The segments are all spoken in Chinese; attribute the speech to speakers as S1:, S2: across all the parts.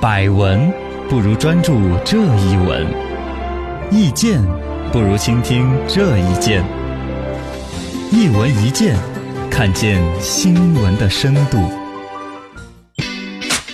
S1: 百闻不如专注这一闻，意见不如倾听这一见。一闻一见，看见新闻的深度。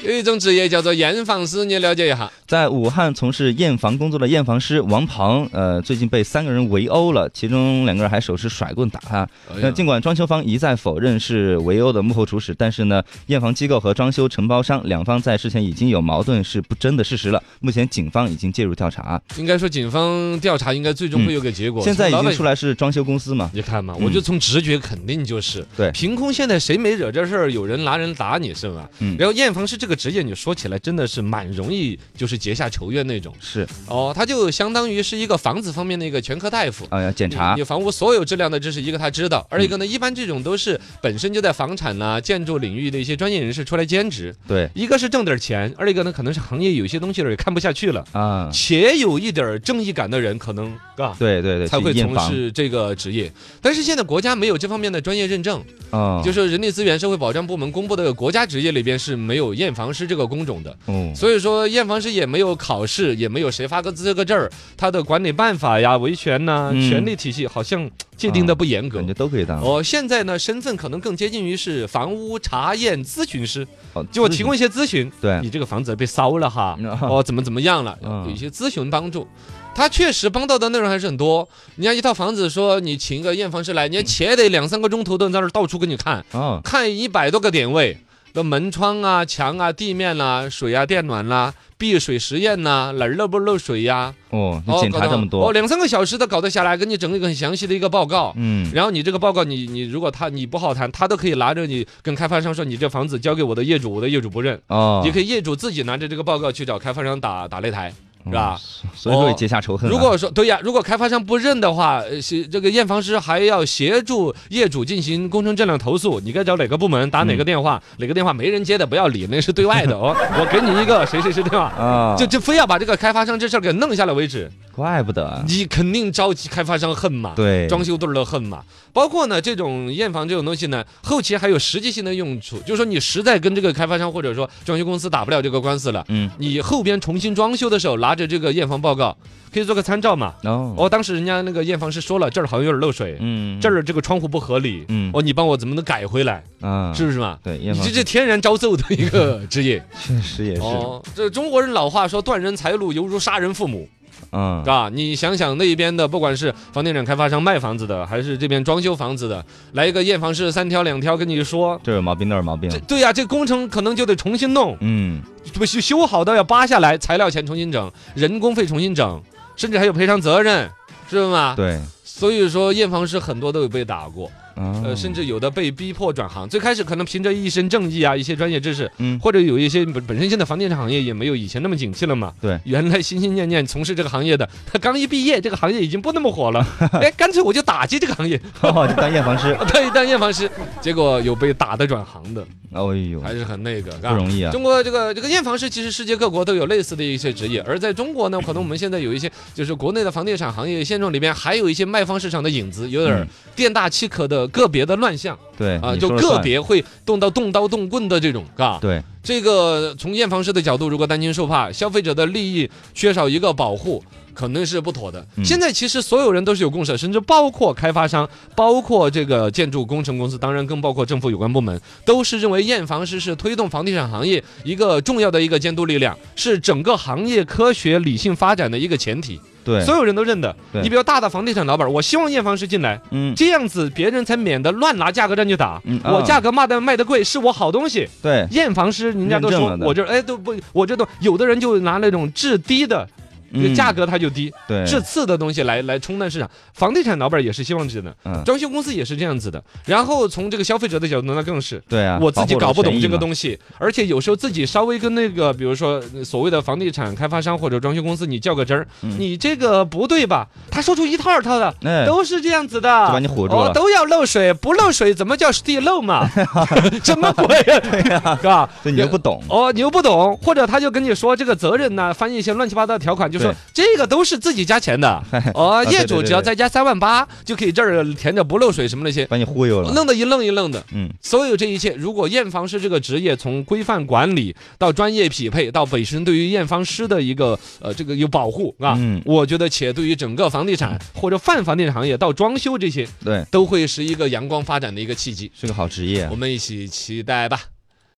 S2: 有一种职业叫做验房师，你了解一下。
S3: 在武汉从事验房工作的验房师王庞，呃，最近被三个人围殴了，其中两个人还手持甩棍打他。
S2: 哎
S3: 那尽管装修方一再否认是围殴的幕后主使，但是呢，验房机构和装修承包商两方在事前已经有矛盾是不争的事实了。目前警方已经介入调查，
S2: 应该说警方调查应该最终会有个结果。
S3: 嗯现在已
S2: 老
S3: 经
S2: 百
S3: 出来是装修公司嘛？
S2: 你看嘛，
S3: 嗯
S2: 我就从直觉肯定就是，
S3: 对
S2: 凭空现在谁没惹这事儿，有人拿人打你是吧？
S3: 嗯
S2: 然后验房师这个职业，你说起来真的是蛮容易，就是结下仇怨那种。
S3: 是，
S2: 哦，他就相当于是一个房子方面的一个全科大夫。
S3: 呃，检查
S2: 你你房屋所有质量的知识，一个他知道，二一个呢，一般这种都是本身就在房产呐、建筑领域的一些专业人士出来兼职，
S3: 对
S2: 一个是挣点钱，二一个呢，可能是行业有些东西也看不下去了，
S3: 啊，
S2: 且有一点儿正义感的人，可能啊。
S3: 对对对，
S2: 才会
S3: 去验
S2: 从
S3: 房
S2: 事这个职业，但是现在国家没有这方面的专业认证，
S3: 哦，
S2: 就是人力资源社会保障部门公布的国家职业里边是没有验房师这个工种的，
S3: 嗯
S2: 所以说验房师也没有考试，也没有谁发个资格证儿，他的管理办法呀、维权呐、
S3: 嗯
S2: 权力体系好像界定的不严格
S3: 感。觉都可以当。
S2: 哦，现在呢，身份可能更接近于是房屋查验咨询师，
S3: 哦
S2: 就我提供一些咨询，
S3: 对
S2: 你这个房子被烧了哈，哦，怎么怎么样了，
S3: 哎嗯
S2: 有一些咨询帮助。他确实帮到的内容还是很多。人家一套房子说你请一个验房师来，人家且得两三个钟头都在那儿到处给你看，
S3: 哦，
S2: 看一百多个点位，那门窗啊、墙啊、地面啦、水啊、电暖啦、避水实验呐、哪儿漏不漏水呀、
S3: 哦，你
S2: 哦，
S3: 检
S2: 搞
S3: 查
S2: 得
S3: 这么
S2: 哦，
S3: 多，
S2: 两三个小时的搞得下来，给你整一个很详细的一个报告。
S3: 嗯，
S2: 然后你这个报告你，你如果他你不好谈，他都可以拿着你跟开发商说，你这房子交给我的业主，我的业主不认，
S3: 哦，
S2: 也可以业主自己拿着这个报告去找开发商打打擂台，是
S3: 嗯
S2: 吧？
S3: 所以说
S2: 哦
S3: 也结下仇恨啊。
S2: 如果说对呀，如果开发商不认的话，呃协这个验房师还要协助业主进行工程质量投诉，你该找哪个部门打哪个电话，
S3: 嗯
S2: 哪个电话没人接的不要理，那是对外的 哦。我给你一个谁谁谁电话，
S3: 啊，
S2: 就就非要把这个开发商这事儿给弄下来为止，
S3: 怪不得啊，
S2: 你肯定招起开发商恨嘛。
S3: 对，
S2: 装修队儿的恨嘛。包括呢，这种验房这种东西呢，后期还有实际性的用处，就是说你实在跟这个开发商或者说装修公司打不了这个官司了，
S3: 嗯，
S2: 你后边重新装修的时候拿着这个验房报告，可以做个参照嘛。
S3: 哦，
S2: 哦，当时人家那个验房师说了，这儿好像有点漏水，
S3: 嗯，
S2: 这儿这个窗户不合理，
S3: 嗯
S2: 哦，你帮我怎么能改回来，
S3: 啊，
S2: 是不是嘛？
S3: 对，
S2: 你
S3: 验房
S2: 这这天然招揍的一 个职业
S3: 确实也是，
S2: 哦，这中国人老话说断人财路犹如杀人父母，
S3: 嗯，
S2: 啊，你想想那一边的，不管是房地产开发商卖房子的，还是这边装修房子的，来一个验房师三挑两挑跟你说，
S3: 这儿有毛病那儿有毛病
S2: 这，对呀、这工程可能就得重新弄，
S3: 嗯，
S2: 不修修好的要扒下来，材料钱重新整，人工费重新整，甚至还有赔偿责任，是吗？
S3: 对，
S2: 所以说验房师很多都有被打过，
S3: 呃
S2: 呃，甚至有的被逼迫转行，最开始可能凭着一身正义啊，一些专业知识，
S3: 嗯
S2: 或者有一些本本身现在房地产行业也没有以前那么景气了嘛。
S3: 对
S2: 原来心心念念从事这个行业的，他刚一毕业，这个行业已经不那么火 了，哎，干脆我就打击这个行业，
S3: 哦，就当验房师，
S2: 他一当验房师，结果有被打的转行的，
S3: 哎呦，
S2: 还是很那个，不
S3: 不容易啊，
S2: 中国这个这个验房师，其实世界各国都有类似的一些职业，而在中国呢，可能我们现在有一些就是国内的房地产行业现状里边，还有一些卖方市场的影子，有点儿
S3: 嗯
S2: 店大欺客的个别的乱象
S3: 对
S2: 啊，
S3: 你
S2: 就
S3: 说了
S2: 个
S3: 算
S2: 别会动到动刀动棍的这种，嘎、
S3: 对，
S2: 这个从验房师的角度，如果担惊受怕，消费者的利益缺少一个保护。可能是不妥的。
S3: 嗯
S2: 现在其实所有人都是有共识，甚至包括开发商、包括这个建筑工程公司，当然更包括政府有关部门，都是认为验房师是推动房地产行业一个重要的一个监督力量，是整个行业科学理性发展的一个前提。
S3: 对
S2: 所，有人都认的。
S3: 对
S2: 你比如大的房地产老板，我希望验房师进来，
S3: 嗯，
S2: 这样子别人才免得乱拿价格战去打。
S3: 嗯
S2: 我
S3: 啊
S2: 价格卖的卖的贵，是我好东西。
S3: 对，
S2: 验房师，人家都
S3: 认
S2: 说
S3: 证了的
S2: 我这哎都不，我这都有的人就拿那种质低的。
S3: 嗯
S2: 价格它就低，
S3: 对，
S2: 质次的东西来来冲淡市场。房地产老板也是希望这样的，
S3: 嗯
S2: 装修公司也是这样子的。然后从这个消费者的角度，那更是。
S3: 对啊，
S2: 我自己搞不懂这个
S3: 西，
S2: 东西，而且有时候自己稍微跟那个，比如说呃所谓的房地产开发商或者装修公司，你较个真儿，
S3: 嗯
S2: 你这个不对吧？他说出一套二套的，
S3: 哎，
S2: 都是这样子的，
S3: 就把你唬住
S2: 哦
S3: 了，
S2: 都要漏水，不漏水怎么叫地漏 嘛？ 什么鬼啊？是吧？
S3: 对，你又不懂，
S2: 哦，你又不懂，或者他就跟你说这个责任呢，翻译一些乱七八糟的条款，就说这个都是自己加钱的，哦，业主只要再加三万八就可以这儿填着不漏水什么那些，
S3: 把你忽悠了，
S2: 弄得一愣一愣的。
S3: 嗯，
S2: 所有这一切，如果验房师这个职业从规范管理到专业匹配，到本身对于验房师的一个呃这个有保护啊，
S3: 嗯
S2: 我觉得且对于整个房地产或者泛房地产行业到装修这些，
S3: 对，
S2: 都会是一个阳光发展的一个契机。
S3: 是个好职业啊
S2: 我。们一起期待吧。